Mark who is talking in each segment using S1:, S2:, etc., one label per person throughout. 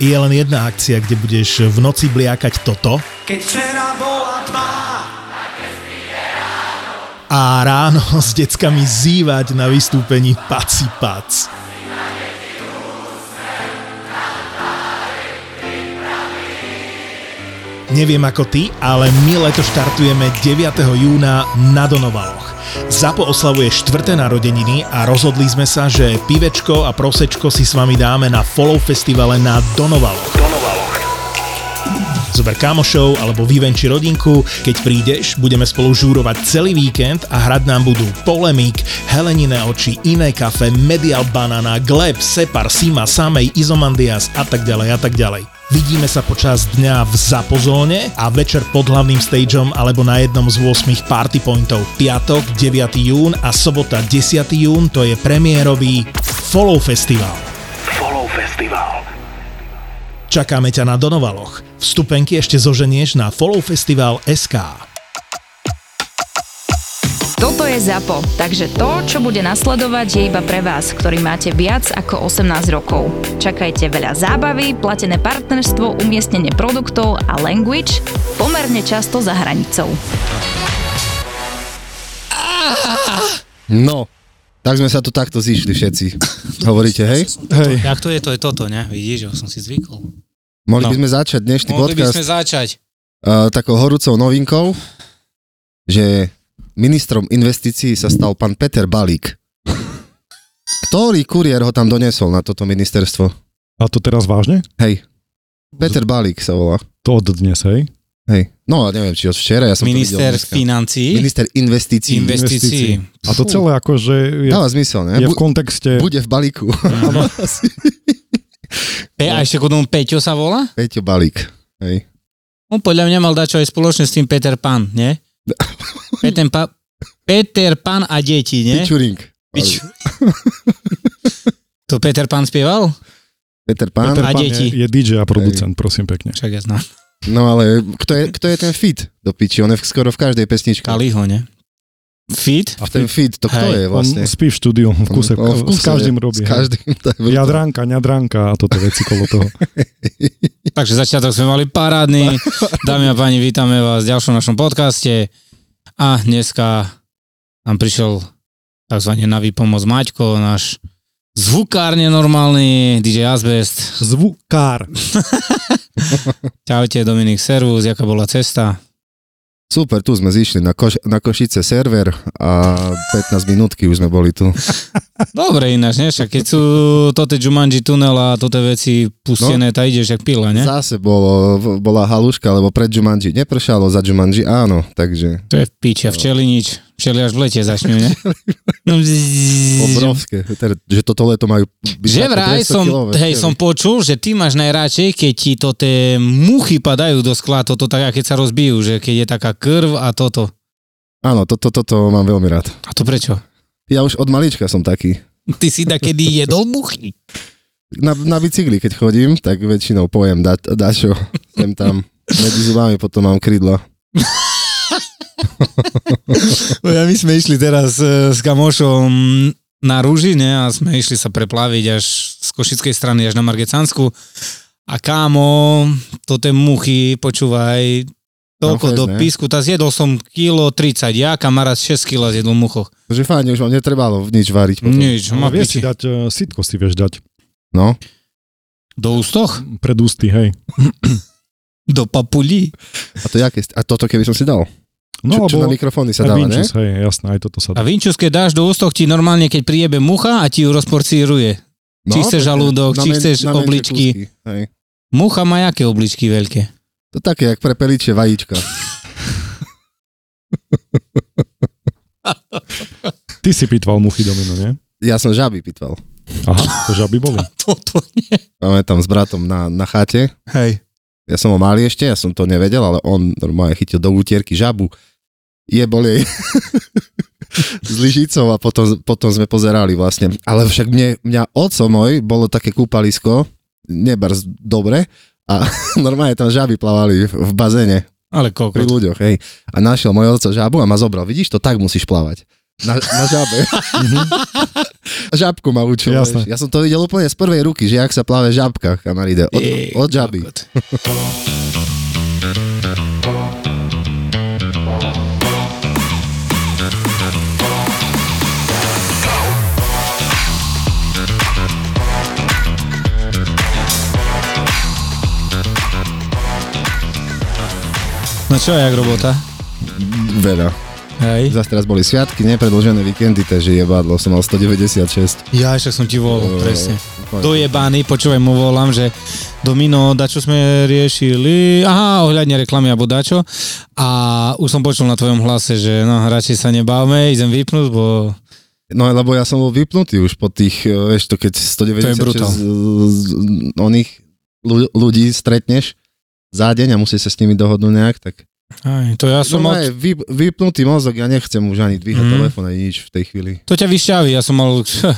S1: je len jedna akcia, kde budeš v noci bliakať toto
S2: Keď včera bola tma,
S1: a ráno s deckami zývať na vystúpení Paci Pac. Neviem ako ty, ale my leto štartujeme 9. júna na Donovaloch. Zapo oslavuje štvrté narodeniny a rozhodli sme sa, že pivečko a prosečko si s vami dáme na Follow Festivale na Donovaloch. Zober kamošov alebo vyvenči rodinku. Keď prídeš, budeme spolu žúrovať celý víkend a hrať nám budú Polemik, Helenine oči, Iné kafe, Medial Banana, Gleb, Separ, Sima, Samej, Izomandias a tak ďalej a tak ďalej. Vidíme sa počas dňa v Zapozóne a večer pod hlavným stageom alebo na jednom z 8 party pointov. Piatok 9. jún a sobota 10. jún to je premiérový Follow Festival.
S3: Follow Festival.
S1: Čakáme ťa na Donovaloch. Vstupenky ešte zoženieš na Follow Festival SK.
S4: Toto je ZAPO, takže to, čo bude nasledovať, je iba pre vás, ktorý máte viac ako 18 rokov. Čakajte veľa zábavy, platené partnerstvo, umiestnenie produktov a language pomerne často za hranicou.
S5: No, tak sme sa tu takto zišli všetci. Hovoríte, hej?
S6: Hej.
S7: Jak to je, to je toto, ne? Vidíš, že som si zvykol.
S5: Mohli
S7: No.
S5: by sme začať dnešný
S7: Mohli by
S5: podcast
S7: sme začať.
S5: uh, takou horúcou novinkou, že ministrom investícií sa stal pán Peter Balík. Ktorý kuriér ho tam donesol na toto ministerstvo?
S6: A to teraz vážne?
S5: Hej. Peter Balík sa volá.
S6: To od dnes, hej?
S5: Hej. No, ja neviem, či od včera, ja som to
S7: Minister
S5: videl dneska.
S7: financií.
S5: Minister investícií.
S7: Inve- Investícií.
S6: A to
S5: Fú.
S6: celé akože je,
S5: Dáva zmysel, ne?
S6: je v
S5: Bu-
S6: kontexte...
S5: bude v balíku.
S7: Mhm. Pe- a ešte k tomu Peťo sa volá?
S5: Peťo Balík. Hej.
S7: On podľa mňa mal dať čo aj spoločne s tým Peter Pan, nie? Peter, pa- Peter Pan a deti, nie?
S5: Pičuring.
S7: Piču. To Peter Pan spieval?
S5: Peter Pan.
S6: Peter
S7: A
S6: Pan
S7: deti.
S6: Je, je DJ a producent, prosím pekne.
S7: Však ja znam.
S5: No ale kto je, kto je ten fit do piči? On je v- skoro v každej pesničke.
S7: Kaliho, nie? Fit?
S5: A ten fit, to kto je
S7: Hej,
S5: vlastne?
S6: On spí v štúdiu, v kuse,
S5: On- on v
S6: s každým
S5: S
S6: robí.
S5: každým. To je brutál.
S6: Jadranka, ňadranka a toto veci kolo toho.
S7: Takže začiatok sme mali parádny. Dámy a páni, vítame vás v ďalšom našom podcaste. A dneska nám prišiel takzvané na výpomoc Maťko, náš zvukár nenormálny, DJ Asbest.
S6: Zvukár.
S7: Čaute, Dominik, servus, jaká bola cesta?
S5: Super, tu sme zišli na, koš, na Košice server a 15 minútky už sme boli tu.
S7: Dobre ináč, ne? Však keď sú toto Jumanji tunel a toto veci pustené, no. tá ideš jak pila, ne?
S5: Zase bolo, bola haluška, lebo pred Jumanji nepršalo, za Jumanji áno, takže
S7: To je v piči, a včeli nič. Včeli až v lete začnú, ne? No, bzzz.
S5: obrovské. Teda, že toto leto majú... byť
S7: Že
S5: také
S7: vraj
S5: 200
S7: som,
S5: kilové
S7: hej,
S5: včely.
S7: som počul, že ty máš najradšej, keď ti to tie muchy padajú do skla, toto tak, keď sa rozbijú, že keď je taká krv a toto.
S5: Áno, toto to, to, to mám veľmi rád.
S7: A to prečo?
S5: Ja už od malička som taký.
S7: Ty si takedy jedol muchy.
S5: Na, na bicykli, keď chodím, tak väčšinou pojem da, dačo, sem tam. Medzi zubami potom mám krídla.
S7: No Ja my sme išli teraz e, s kamošom na Rúžine a sme išli sa preplaviť až z Košickej strany až na Margecansku. A kámo, to tie muchy, počúvaj, toľko
S5: fest,
S7: do
S5: ne?
S7: písku, tá zjedol som kilo 30, ja kamarát 6 kilo zjedol muchoch.
S5: Že fajn, už vám netrebalo nič variť potom.
S7: Nič,
S6: A
S7: ma
S6: vieš
S7: piči.
S6: si dať, e, sitko si vieš dať
S5: No,
S7: Do ústoch?
S6: pred ústy, hej.
S7: Do papulí.
S5: a to jaké, a toto keby som si dal.
S6: No,
S5: čo, čo na
S6: alebo
S5: mikrofóny sa
S6: aj
S5: dáva, ne?
S6: Vinčus, hej, jasné, aj toto sa
S7: A
S6: dá.
S7: vinčus, keď dáš do ústoch, ti normálne, keď prijebe mucha a ti ju rozporcíruje.
S5: No,
S7: Či chceš
S5: tak- na
S7: žalúdok, či
S5: men-
S7: chceš
S5: na menšie
S7: obličky.
S5: kúsky, hej.
S7: Mucha má jaké obličky veľké?
S5: To také, jak pre peličie vajíčka.
S6: Ty si pitval muchy domino, nie?
S5: Ja som žaby pitval.
S6: Aha, to žaby boli.
S7: Toto nie.
S5: Máme tam s bratom na, na chate.
S7: Hej.
S5: Ja som ho malý ešte, ja som to nevedel, ale on normálne chytil do útierky žabu. Jebol jej s lyžicou a potom, potom sme pozerali vlastne. Ale však mne, mňa oco môj bolo také kúpalisko, nebars dobre, a normálne tam žaby plavali v, v bazéne.
S7: Ale
S5: pri
S7: koľko?
S5: ľuďoch, hej. A našiel môj oco žabu a ma zobral. Vidíš, to tak musíš plávať. Na, na žabe. Žabku ma učil.
S6: Jasné.
S5: vieš. Ja som to videl úplne z prvej ruky, že jak sa pláve žabka, kamaríde. Od, od žaby.
S7: No čo, jak robota?
S5: Veľa.
S7: Hej.
S5: Zase teraz boli sviatky, nepredlžené víkendy, takže jebadlo, som mal 196.
S7: Ja však som ti volal,
S5: Jo,
S7: presne.
S5: úplne.
S7: Dojebány, počúvaj, mu volám, že Domino, dačo sme riešili, aha, ohľadne reklamy alebo dačo. A už som počul na tvojom hlase, že no, radšej sa nebávame, idem vypnúť, bo
S5: No lebo ja som bol vypnutý už po tých, e, vieš to, keď
S7: To je brutál.
S5: 196 z- z- oných ľu- ľudí stretneš za deň a musíš sa s nimi dohodnúť nejak, tak
S7: aj, to ja som
S5: no,
S7: mal,
S5: aj vy, vypnutý mozog, ja nechcem už ani dvíhať
S7: Mm.
S5: mm. telefón ani nič v tej chvíli.
S7: to ťa vyšťaví, ja som mal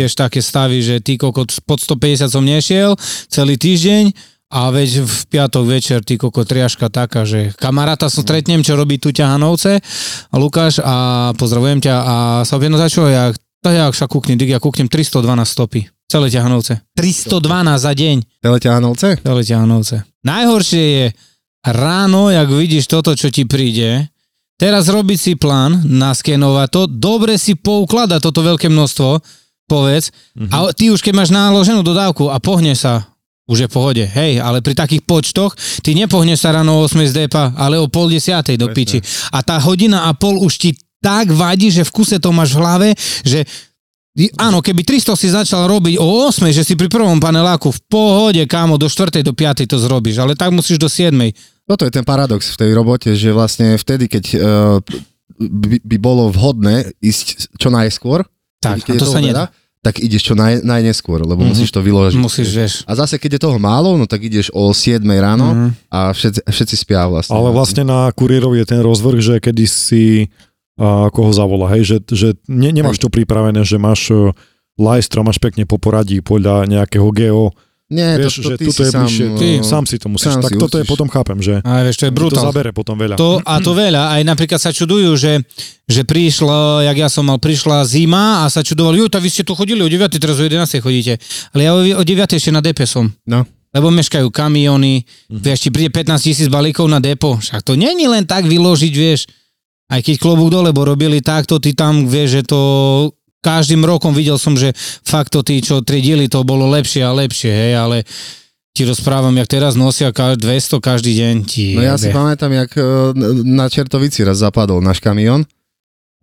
S7: tiež také stavy, že ty kokot pod 150 som nešiel celý týždeň a veď v piatok večer ty kokot triaška taká, že kamaráta som stretnem, čo robí tu ťahanovce, a Lukáš a pozdravujem ťa a sa jedno začalo, ja, to ja však kúknem, dík, ja kúknem 312 stopy, celé ťahanovce. 312 za deň,
S5: Teleťahanovce?
S7: celé ťahanovce. Najhoršie je ráno, jak vidíš toto, čo ti príde, Teraz robiť si plán, naskenovať to, dobre si poukladať toto veľké množstvo, povedz, a ty už keď máš náloženú dodávku a pohne sa, už je v pohode, hej, ale pri takých počtoch ty nepohneš sa ráno o 8 z depa, ale o pol desiatej do piči. A tá hodina a pol už ti tak vadí, že v kuse to máš v hlave, že i- Áno, keby 300 si začal robiť o 8, že si pri prvom paneláku v pohode, kámo, do 4. do 5. to zrobíš, ale tak musíš do 7.
S5: Toto je ten paradox v tej robote, že vlastne vtedy, keď uh, by, by bolo vhodné ísť čo najskôr,
S7: Tak,
S5: keď
S7: a
S5: je
S7: to
S5: toho
S7: sa
S5: veľa, tak ideš čo naj, najneskôr, lebo
S7: Mhm.
S5: musíš to vyložiť.
S7: Musíš, vieš.
S5: A zase, keď je toho málo, no tak ideš o 7 ráno a všetci, všetci spia vlastne.
S6: Mhm. Ale vlastne na kuriérov je ten rozvrh, že kedy si a, koho zavola, hej, že, že ne, nemáš to pripravené, že máš e, lajstro, máš pekne po poradí podľa nejakého geo,
S5: Nie, to,
S6: vieš,
S5: to,
S6: že
S5: ty
S6: tuto
S5: si
S6: je
S5: sám,
S6: bližšie,
S7: ty
S5: no,
S6: sám si to musíš,
S5: sám si
S6: tak toto je
S5: musíš.
S6: potom chápem, že
S7: A vieš, to je
S6: ti to
S7: brutál.
S6: zabere potom veľa.
S7: To, a to veľa, aj napríklad sa čudujú, že, že prišlo, jak ja som mal, prišla zima a sa čudovali, jo, tak vy ste tu chodili o 9, teraz o 11 chodíte. Ale ja o, o 9 ešte na depe som.
S5: No.
S7: Lebo meškajú
S5: Mhm.
S7: kamiony, mm-hmm. vieš, ti príde 15 tisíc balíkov na depo. Však to není len tak vyložiť, vieš. Aj keď klobúk dole, bo robili takto, ty tam, vieš, že to každým rokom videl som, že fakt to tí, čo triedili, to bolo lepšie a lepšie, hej, ale ti rozprávam, jak teraz nosia ka- 200 každý deň ti.
S5: No ja si
S7: jebe.
S5: pamätám, jak e, na Čertovici raz zapadol náš kamión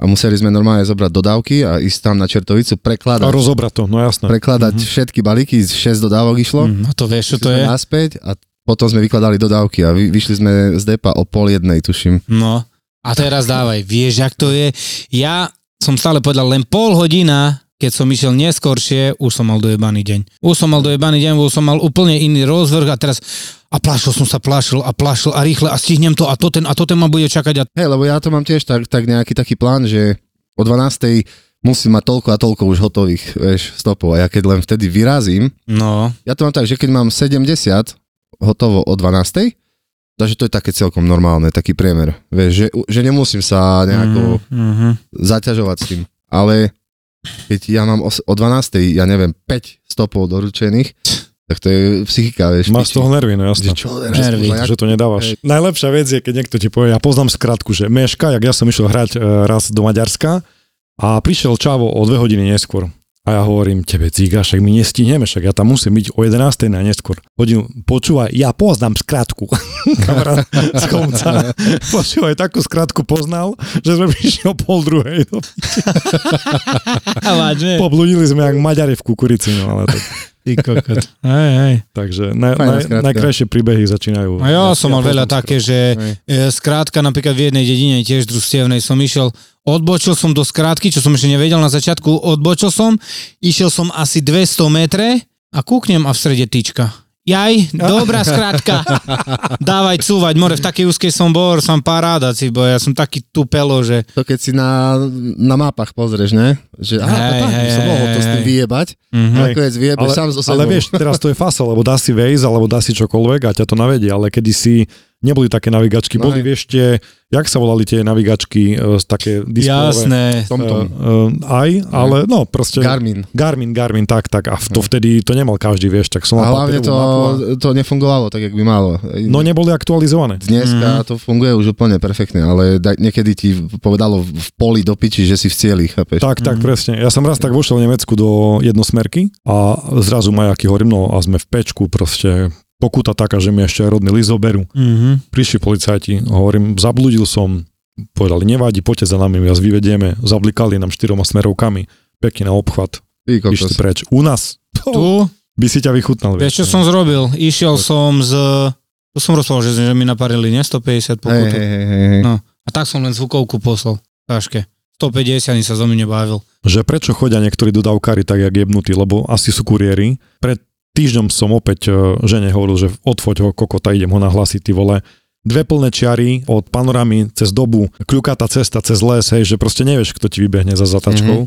S5: a museli sme normálne zobrať dodávky a ísť tam na Čertovicu,
S6: A
S5: prekladať,
S6: rozobrať to, no jasné.
S5: prekladať všetky balíky, 6 dodávok išlo.
S6: Mhm.
S7: Mm, no to vieš, čo to
S5: Išli sme
S7: je?
S5: Naspäť a potom sme vykladali dodávky a vy, vyšli sme z depa o pol jednej, tuším.
S7: No. A teraz dávaj, vieš, jak to je? Ja som stále povedal, len pol hodina, keď som išiel neskoršie, už som mal dojebaný deň. Už som mal dojebaný deň, už som mal úplne iný rozvrh a teraz a plašil som sa, plašil a plašil a rýchle a stihnem to a to ten a to ten ma bude čakať a
S5: Hej, lebo ja to mám tiež tak, tak nejaký taký plán, že o 12. musím mať toľko a toľko už hotových vieš, stopov a ja keď len vtedy vyrazím,
S7: no,
S5: ja to mám tak, že keď mám 70 hotovo o 12. Takže to je také celkom normálne, taký priemer. Vieš, že, že nemusím sa
S7: Mhm,
S6: Mhm.
S5: nejako
S7: mm-hmm.
S5: zaťažovať s tým. Ale keď ja mám os- o 12. ja neviem, 5 stopov doručených, tak to je psychika, vieš.
S6: Máš z toho nervy, no jasné.
S5: že čo, nervy.
S7: Nervy.
S6: že to nedávaš.
S5: Hej.
S6: Najlepšia vec je, keď niekto ti povie, ja poznám skratku, že meška, jak ja som išiel hrať e, raz do Maďarska a prišiel Čavo o dve hodiny neskôr. A ja hovorím, tebe ciga, však my nestihneme, však ja tam musím byť o 11. na neskôr. Hodinu, počúvaj, ja poznám skratku. Kamarát z konca. Počúvaj, takú skratku poznal, že sme prišli o pol druhej. No,
S7: a vážne.
S6: pobludili sme jak Maďari v kukurici, no ale tak.
S7: Ty kokot. Hej, hej.
S6: Takže naj,
S5: Fajná
S6: naj,
S5: skratka.
S6: najkrajšie príbehy začínajú.
S7: A ja No som mal veľa
S6: poznám skratku.
S7: také, že e, skrátka napríklad v jednej dedine tiež družstevnej som išiel, odbočil som do skrátky, čo som ešte nevedel na začiatku, odbočil som, išiel som asi 200 metre a kúknem a v strede tyčka. Jaj, dobrá skrátka. Dávaj cúvať, more, v takej úzkej som bol, som paráda, ci, bo ja som taký tupelo, že
S5: To keď si na, na mapách pozrieš, ne? Že aha,
S7: Hej,
S5: hej, tak,
S7: hej,
S5: by som mohol to s tým
S7: hej.
S5: vyjebať.
S7: Mhm.
S5: Mm-hmm. Nakoniec vyjebeš sám so sebou.
S6: ale vieš, teraz to je fasa, lebo dá si Waze, alebo dá si čokoľvek a ťa to navedie, ale kedy si neboli také navigačky,
S5: No
S6: boli,
S5: hej.
S6: vieš, tie, jak sa volali tie navigačky, e, z také displejové.
S7: Jasné.
S6: E,
S5: Tomtom.
S6: e, aj, ale no proste...
S5: Garmin.
S6: Garmin, Garmin, tak, tak. A v- to vtedy to nemal každý, vieš,
S7: No,
S6: tak som
S5: A
S6: mal
S5: hlavne
S6: papierovú
S5: to,
S6: mapu a-
S5: to nefungovalo tak, jak by malo.
S6: No neboli aktualizované.
S7: Mhm.
S5: Dneska to funguje už úplne perfektne, ale da- niekedy ti povedalo v v poli do piči, že si v cieli, chápeš?
S6: Tak,
S7: Mhm.
S6: tak, presne. Ja som raz tak vošiel v Nemecku do jednosmerky a zrazu majaky hovorím, no a sme v pečku proste pokuta taká, že mi ešte aj rodný list zoberú.
S1: Mm-hmm.
S7: Mhm.
S6: Prišli policajti, hovorím, zabludil som, povedali, nevadí, poďte za nami, my vás vyvedieme. Zablikali nám štyroma smerovkami, pekne na
S5: Ty
S6: obchvat,
S5: kokos.
S6: išli preč. U nás
S7: Tu,
S6: by si ťa vychutnal. no.
S7: vieš čo som zrobil? Išiel som z... Tu som rozprával, že, že mi naparili, ne?
S5: Hej,
S7: 150 pokutu.
S5: hej, hej, hej, hej.
S7: No. A tak som len zvukovku poslal. Taške. 150 ani sa so mnou nebavil.
S6: že prečo chodia niektorí dodávkári tak, jak jebnutí, lebo asi sú kuriéri. Pred týždňom som opäť e, žene hovoril, že odfoď ho kokota, idem ho nahlasiť, ty vole. Dve plné čiary od panoramy cez dobu, kľukatá cesta cez les, hej, že proste nevieš, kto ti vybehne za
S5: Mhm.
S6: zatačkou.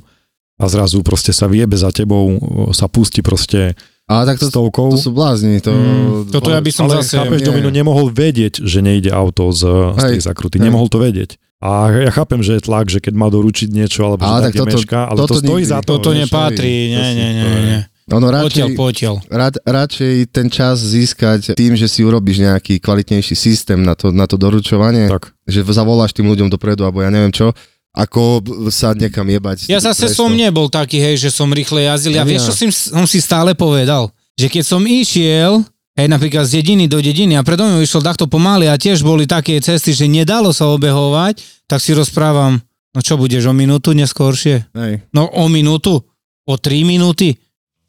S6: A zrazu proste sa viebe za tebou, e, sa pustí proste
S5: Ale tak to, to
S6: stovkou.
S5: sú blázni. To...
S7: Mm, toto ja by som
S6: ale
S7: zase-
S6: chápeš,
S5: nie.
S6: Domino nemohol vedieť, že nejde auto z, z tej
S5: Hej,
S6: zakruty.
S5: hej.
S6: Nemohol to vedieť. A ja chápem, že je tlak, že keď má doručiť niečo, alebo
S5: Ale
S6: že
S5: tak
S6: niekde
S5: toto-
S6: mešká, ale
S5: toto
S6: to stojí
S5: nikdy.
S6: za to.
S7: To, to
S5: je
S7: nepatrí,
S5: šalý,
S7: nie,
S5: to si-
S7: nie, nie,
S5: to je-
S7: nie.
S5: Ono No,
S7: Potiaľ,
S5: radšej,
S7: potiaľ.
S5: rad, radšej ten čas získať tým, že si urobíš nejaký kvalitnejší systém na to, na to doručovanie, tak.
S6: Tak.
S5: že zavoláš tým ľuďom dopredu, alebo ja neviem čo, ako b- sa niekam jebať.
S7: Ja zase
S5: Presto.
S7: som nebol taký, hej, že som rýchle jazdil.
S5: Ja.
S7: Ja vieš, čo som, som si stále povedal? Že keď som išiel, hej, napríklad z dediny do dediny a predo mnou išiel takto pomaly a tiež boli také cesty, že nedalo sa obehovať, tak si rozprávam, no čo budeš o minútu neskôršie?
S5: Hej.
S7: No o minútu? O tri minúty?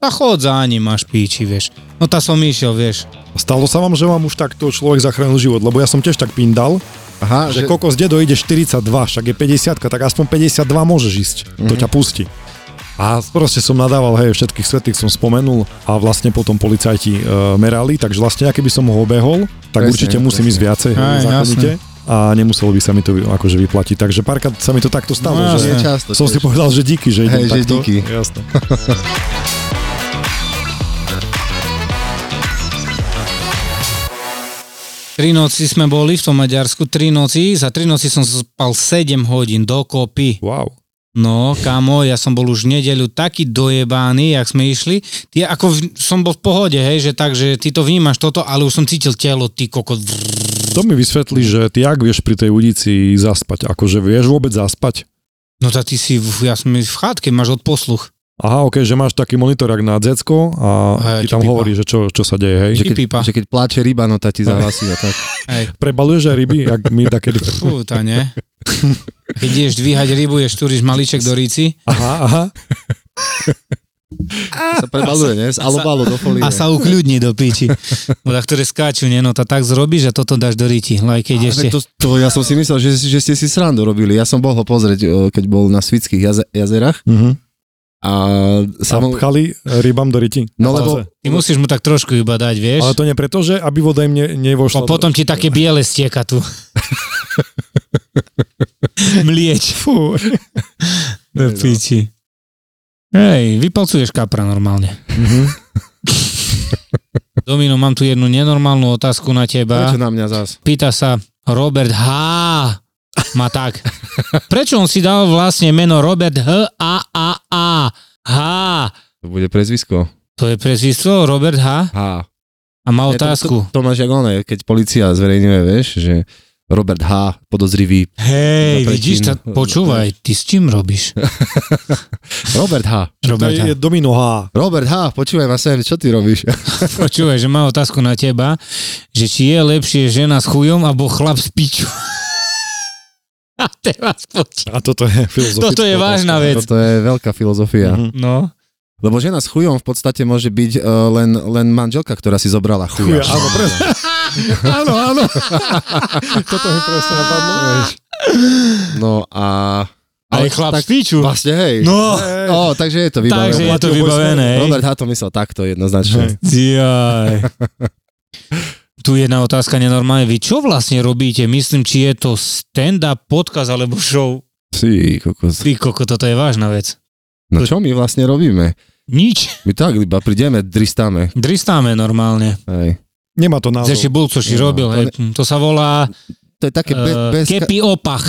S7: A chod za ním, máš píči, vieš. No tá som išiel, vieš.
S6: Stalo sa vám, že vám už takto človek zachránil život, lebo ja som tiež tak pindal,
S5: Aha,
S6: že, že kokos dedo ide 42, však je 50, tak aspoň 52 môžeš ísť, mm-hmm.
S5: Mhm.
S6: to ťa pustí. A proste som nadával, hej, všetkých svetých som spomenul a vlastne potom policajti e, merali, takže vlastne, aký by som ho obehol, tak
S5: Presne,
S6: určite
S5: presne.
S6: musím ísť viacej, hej,
S7: Aj,
S6: zákonite. A nemuselo by sa mi to akože vyplatiť. Takže párkrát sa mi to takto stalo,
S7: No,
S5: nie
S6: že
S7: jasné.
S5: často.
S6: som si
S5: tiež.
S6: povedal, že díky, že
S5: Hej,
S6: idem
S5: že
S6: takto.
S5: díky.
S6: Jasné.
S7: Tri noci sme boli v tom Maďarsku, tri noci, za tri noci som spal 7 hodín dokopy.
S6: Wow.
S7: No, kamo, ja som bol už v nedeľu taký dojebány, jak sme išli. Ty, ako v, som bol v pohode, hej, že tak, že ty to vnímaš toto, ale už som cítil telo, ty kokot.
S6: To mi vysvetlí, že ty ak vieš pri tej udici zaspať, akože vieš vôbec zaspať?
S7: No tak ty si, v- ja som v chátke, máš odposluch.
S6: Aha, ok, že máš taký monitor jak na decko a
S7: Hej,
S6: ti
S7: čo
S6: tam
S7: pípa.
S6: hovorí, že čo, čo sa deje, hej?
S5: Že keď,
S7: pípa.
S5: že keď pláče ryba, no tá ti zahlasí a tak.
S7: Hej,
S6: Prebaluješ aj ryby, jak my takedy.
S7: puta, ne? Keď ideš dvíhať rybu, je štúriš maliček do ríci
S6: Aha, aha.
S5: sa prebaluje, ne? Z alobalu do folie.
S7: a sa ukľudni do piči. Voda, No, ktoré skáču, ne? No to tak zrobíš a toto dáš do ríti. No aj keď
S5: Ale
S7: ešte...
S5: tak To, to, ja som si myslel, že, že ste si srandu robili. Ja som bol ho pozrieť, e, keď bol na Svických jaze, jazerách.
S6: Mhm.
S5: A,
S6: Sa
S5: samo,
S6: pchali rybám do ryti.
S5: no lebo,
S7: Ty musíš mu tak trošku iba dať, vieš?
S6: Ale to nie preto, že aby voda im ne,
S7: A
S6: nevošla.
S7: potom ti také biele stieka tu. Mlieč. Fú. no. Do piči. Hej, vypalcuješ kapra normálne. Domino, mám tu jednu nenormálnu otázku na teba.
S5: prečo na mňa zás?
S7: Pýta sa Robert H. Má tak. Prečo on si dal vlastne meno Robert H. A. A. A. H.
S5: To bude prezvisko.
S7: To je prezvisko Robert H.
S5: H.
S7: A má
S5: Ne, to-
S7: otázku.
S5: To, to máš jak oné, keď policia zverejňuje, vieš, že Robert H. podozrivý.
S7: Hej,
S5: Za
S7: vidíš, tá,
S5: predtým.
S7: počúvaj, ty s čím robíš?
S5: Robert H.
S6: Robert,
S7: Roberta.
S6: je domino H.
S5: Robert H. Počúvaj ma sem, čo ty robíš?
S7: Počúvaj, že má otázku na teba, že či je lepšie žena s chujom alebo chlap s piču. A teraz poď.
S6: A toto je filozofická
S7: Toto je
S6: otázka.
S7: vážna vec.
S5: Toto je veľká filozofia.
S6: Mhm.
S7: No.
S5: Lebo žena s chujom v podstate môže byť e, len, len manželka, ktorá si zobrala chuja.
S6: Chuja, áno, presne.
S5: áno, áno. Toto mi presne napadlo. No a...
S7: Ale chlap s piču.
S5: Vlastne hej.
S7: No.
S5: O, takže je to vybavené.
S7: Takže je to
S6: Platil
S7: vybavené. hej.
S5: Robert H. to myslel takto jednoznačne.
S7: Jaj. Tu jedna otázka nenormálne. Vy čo vlastne robíte? Myslím, či je to stand-up, podcast alebo show.
S5: Sí, kokos.
S7: Ty koko, toto je vážna vec.
S5: No čo my vlastne robíme?
S7: Nič.
S5: My tak iba prídeme, dristáme.
S7: Dristáme normálne.
S5: Hej.
S6: Nemá to názov.
S7: Zeši bol, čo si
S5: No,
S7: robil,
S5: to
S7: hej. To sa volá
S5: To je také be-
S7: uh,
S5: bez...
S7: Kepi Opach.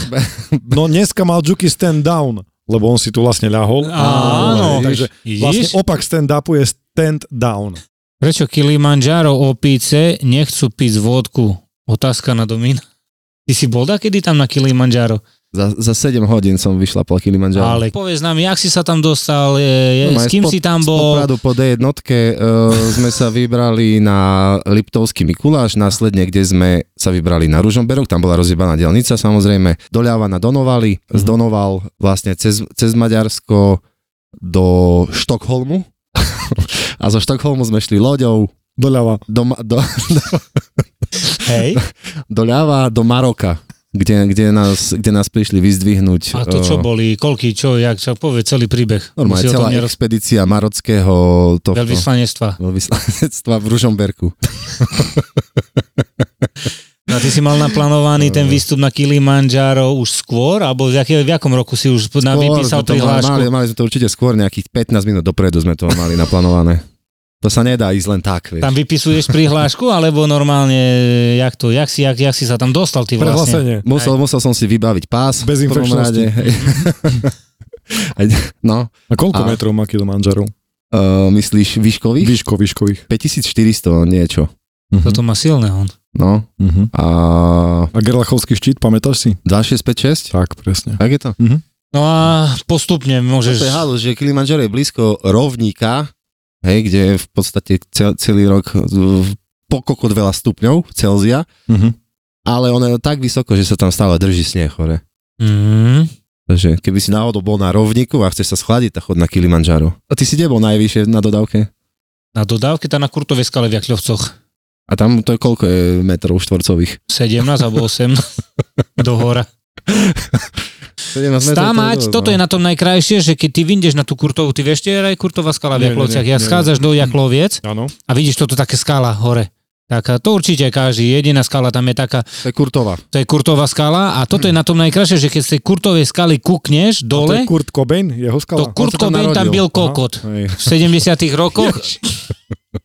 S6: No dneska mal Juki stand down, lebo on si tu vlastne ľahol.
S7: Áno,
S6: takže
S7: vidíš?
S6: vlastne opak stand-upu je stand down.
S7: Prečo Kilimanjaro opice nechcú piť vodku? Otázka na Domina. Ty si bol kedy tam na Kilimanjaro?
S5: Za, za 7 hodín som vyšla po Kilimanjaro.
S7: Ale povedz nám, jak si sa tam dostal, je, je,
S5: No,
S7: s
S5: aj
S7: kým
S5: z Po-
S7: si tam
S5: z
S7: bol?
S5: Popradu po D1 uh, sme sa vybrali na Liptovský Mikuláš, následne kde sme sa vybrali na Ružomberok, tam bola rozjebaná dielnica samozrejme, doľava na
S6: Mhm.
S5: Donovali, z Donoval vlastne cez, cez Maďarsko do Štokholmu a zo Štokholmu sme šli loďou
S6: Doľava.
S5: do, Ma- do,
S7: Hej.
S5: doľava do Maroka, kde, kde, nás, kde nás prišli vyzdvihnúť.
S7: A to
S5: eh,
S7: čo boli, koľky, čo, jak, čo, povedz celý príbeh.
S5: Normálne,
S7: Musí o
S5: celá
S7: tom neroz...
S5: expedícia marockého tohto,
S7: veľvyslanectva.
S5: veľvyslanectva v Ružomberku.
S6: Vlastne.
S7: No, a ty si mal naplánovaný ten výstup na Kilimanjaro už skôr, alebo v, aké, v akom roku si už na,
S5: Skôr
S7: vypísal
S5: sme to mali, mali,
S7: prihlášku?
S5: mali sme to určite skôr, nejakých 15 minút dopredu sme to mali naplánované. To sa nedá ísť len tak, vieš.
S7: Tam vypisuješ prihlášku, alebo normálne, jak to, jak si, jak, jak si sa tam dostal ty vlastne?
S6: Prehlásenie.
S5: Musel, musel som si vybaviť pás.
S6: Bez
S5: v prvom
S6: infekčnosti.
S5: rade, hej. Aj- no,
S6: A koľko
S5: A-
S6: metrov má Kilimanjaro?
S5: uh, myslíš výškových?
S6: Výško, výškových.
S5: 5400 niečo.
S7: Toto má silné on.
S5: No.
S6: Mhm.
S5: A
S6: A Gerlachovský štít, pamätáš si?
S5: 2656?
S6: Tak, presne.
S5: Tak je to?
S7: No a postupne
S5: To
S7: môžeš...
S5: je halus, že Kilimanjaro je blízko rovníka, hej, kde je v podstate cel, celý rok uh, pokokot veľa stupňov Celzia.
S6: Mhm.
S5: ale ono je tak vysoko, že sa tam stále drží sneh hore.
S7: Mm,
S5: Takže keby si náhodou bol na rovniku a chceš sa schladiť, tak chod na Kilimanjaro. A ty si kde bol najvyššie na dodávke?
S7: na dodávke tá na Kurtovej skale v Jakľovcoch.
S5: A tam to je koľko je metrov štvorcových?
S7: 17 alebo 8 do hora.
S6: No,
S7: Stámať, toto je na tom najkrajšie, že keď ty vyjdeš na tú Kurtovú, ty vieš, tie aj Kurtová skala v
S6: Nie, nie,
S7: Jaklovciach,
S6: nie,
S7: ja
S6: nie, nie.
S7: schádzaš do Jakloviec
S6: Áno.
S7: a vidíš toto také skala hore. Tak to určite každý, jediná skala tam je taká,
S5: To je Kurtova.
S7: to je Kurtová skala a toto je na tom najkrajšie, že keď z tej Kurtovej skaly kúkneš
S6: A to je
S7: dole,
S6: Kurt Cobain, jeho
S7: to
S6: skala.
S7: Kurt
S5: sa tam
S7: Cobain tam
S5: narodil.
S7: byl
S5: Aha.
S7: kokot.
S6: Hej.
S7: v 70 rokoch.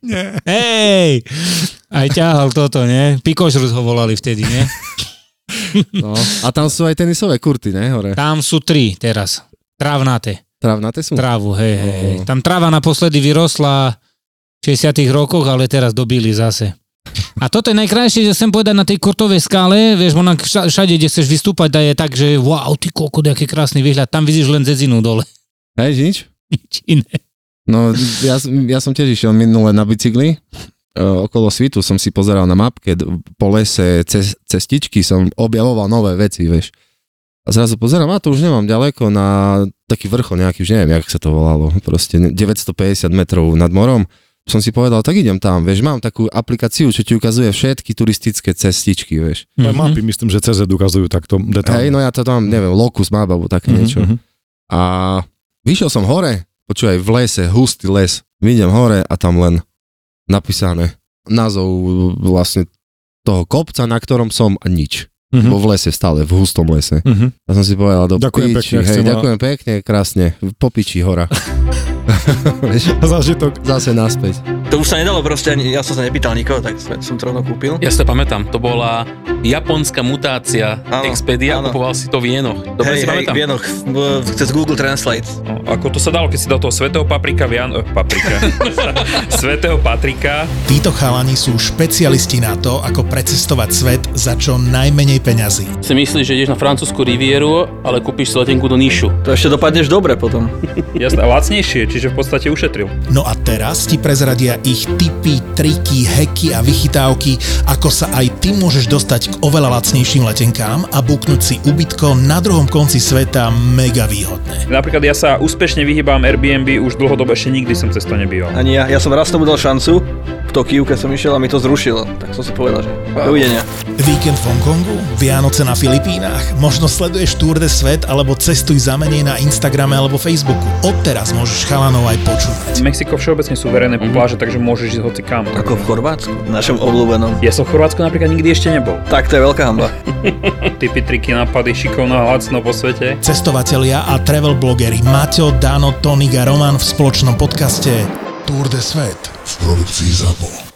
S6: Nie.
S7: Hej! Aj ťahal toto, nie? Pikošrut ho volali vtedy, nie?
S5: No. A tam sú aj tenisové kurty, ne, hore.
S7: Tam sú tri teraz. Travnaté.
S5: Trávnaté sú?
S7: Trávu, hej, hej, hej.
S5: Mm.
S7: Tam tráva naposledy vyrosla v 60 rokoch, ale teraz dobili zase. A toto je najkrajšie, že chcem povedať na tej kurtovej skále, vieš, ona vša- všade, kde chceš vystúpať, da je tak, že wow, ty kokot, aký krásny výhľad, tam vidíš len zezinu dole.
S5: Hej, nič?
S7: Nič iné.
S5: No, ja, som- ja som tiež išiel minule na bicykli. E, okolo svitu som si pozeral na mapke, d- po lese, cez, cestičky som objavoval nové veci, vieš. A zrazu pozerám, a to už nemám ďaleko na taký vrchol nejaký, už neviem, jak sa to volalo, proste ne- 950 metrov nad morom. Som si povedal, tak idem tam, vieš, mám takú aplikáciu, čo ti ukazuje všetky turistické cestičky, vieš.
S6: Aj
S7: Mhm.
S6: mapy, myslím, že CZ ukazujú takto detálne.
S5: Hej, no ja to tam, neviem, Locus map alebo také
S6: Mhm,
S5: niečo.
S6: mhm.
S5: A vyšiel som hore, počúvaj, v lese, hustý les. Vidím hore a tam len napísané názov vlastne toho kopca, na ktorom som a nič.
S6: Mhm.
S5: Bo v lese stále, v hustom lese.
S6: Mhm.
S5: A som si povedal, do
S6: Ďakujem
S5: piči,
S6: pekne,
S5: hej,
S6: chcem ma-
S5: ďakujem pekne, krásne, po piči hora. Vieš,
S6: Zážitok.
S5: Zase naspäť.
S8: To už sa nedalo proste, ani, ja som sa nepýtal nikoho, tak sme- som to rovno kúpil.
S9: Ja si to pamätám, to bola japonská mutácia
S8: Áno,
S9: Expedia,
S8: áno.
S9: kupoval si to v jenoch. Dobre
S8: hej,
S9: si
S8: hej,
S9: pamätám.
S8: vienok, v- v- cez Google Translate.
S10: No, Ako to sa dalo, keď si dal toho svetého paprika, vian... eh, paprika. svetého Patrika,
S1: Títo chalani sú špecialisti na to, ako precestovať svet za čo najmenej peňazí.
S9: si myslíš, že ideš na francúzsku rivieru, ale kúpiš si letenku do Nišu.
S8: To ešte dopadneš dobre potom.
S10: jasné, a lacnejšie, čiže v podstate ušetril.
S1: No a teraz ti prezradia ich tipy, triky, heky a vychytávky, ako sa aj ty môžeš dostať k oveľa lacnejším letenkám a buknúť si ubytko na druhom konci sveta mega výhodné.
S10: Napríklad ja sa úspešne vyhýbam Airbnb, už dlhodobo ešte nikdy som cez to nebýval.
S8: Ani ja, ja som raz tomu dal šancu, v Tokiu, keď som išiel a mi to zrušilo. Tak som si povedal, že dovidenia.
S1: Víkend v Hongkongu? Vianoce na Filipínach? Možno sleduješ Tour de Svet alebo cestuj za menej na Instagrame alebo Facebooku. Odteraz môžeš chalanov aj počúvať.
S10: Mexiko všeobecne sú verejné pláže, takže môžeš ísť hoci kam.
S8: Mhm. Ako v Chorvátsku, našom obľúbenom.
S10: Ja som v Chorvátsku napríklad nikdy ešte nebol.
S8: Tak to je veľká hamba.
S10: Typy, triky, nápady, šikovná, lacno po svete.
S1: Cestovatelia a travel blogeri Maťo, Dano, Tonik a Roman v spoločnom podcaste Tour de Svet v produkcii ZAPO.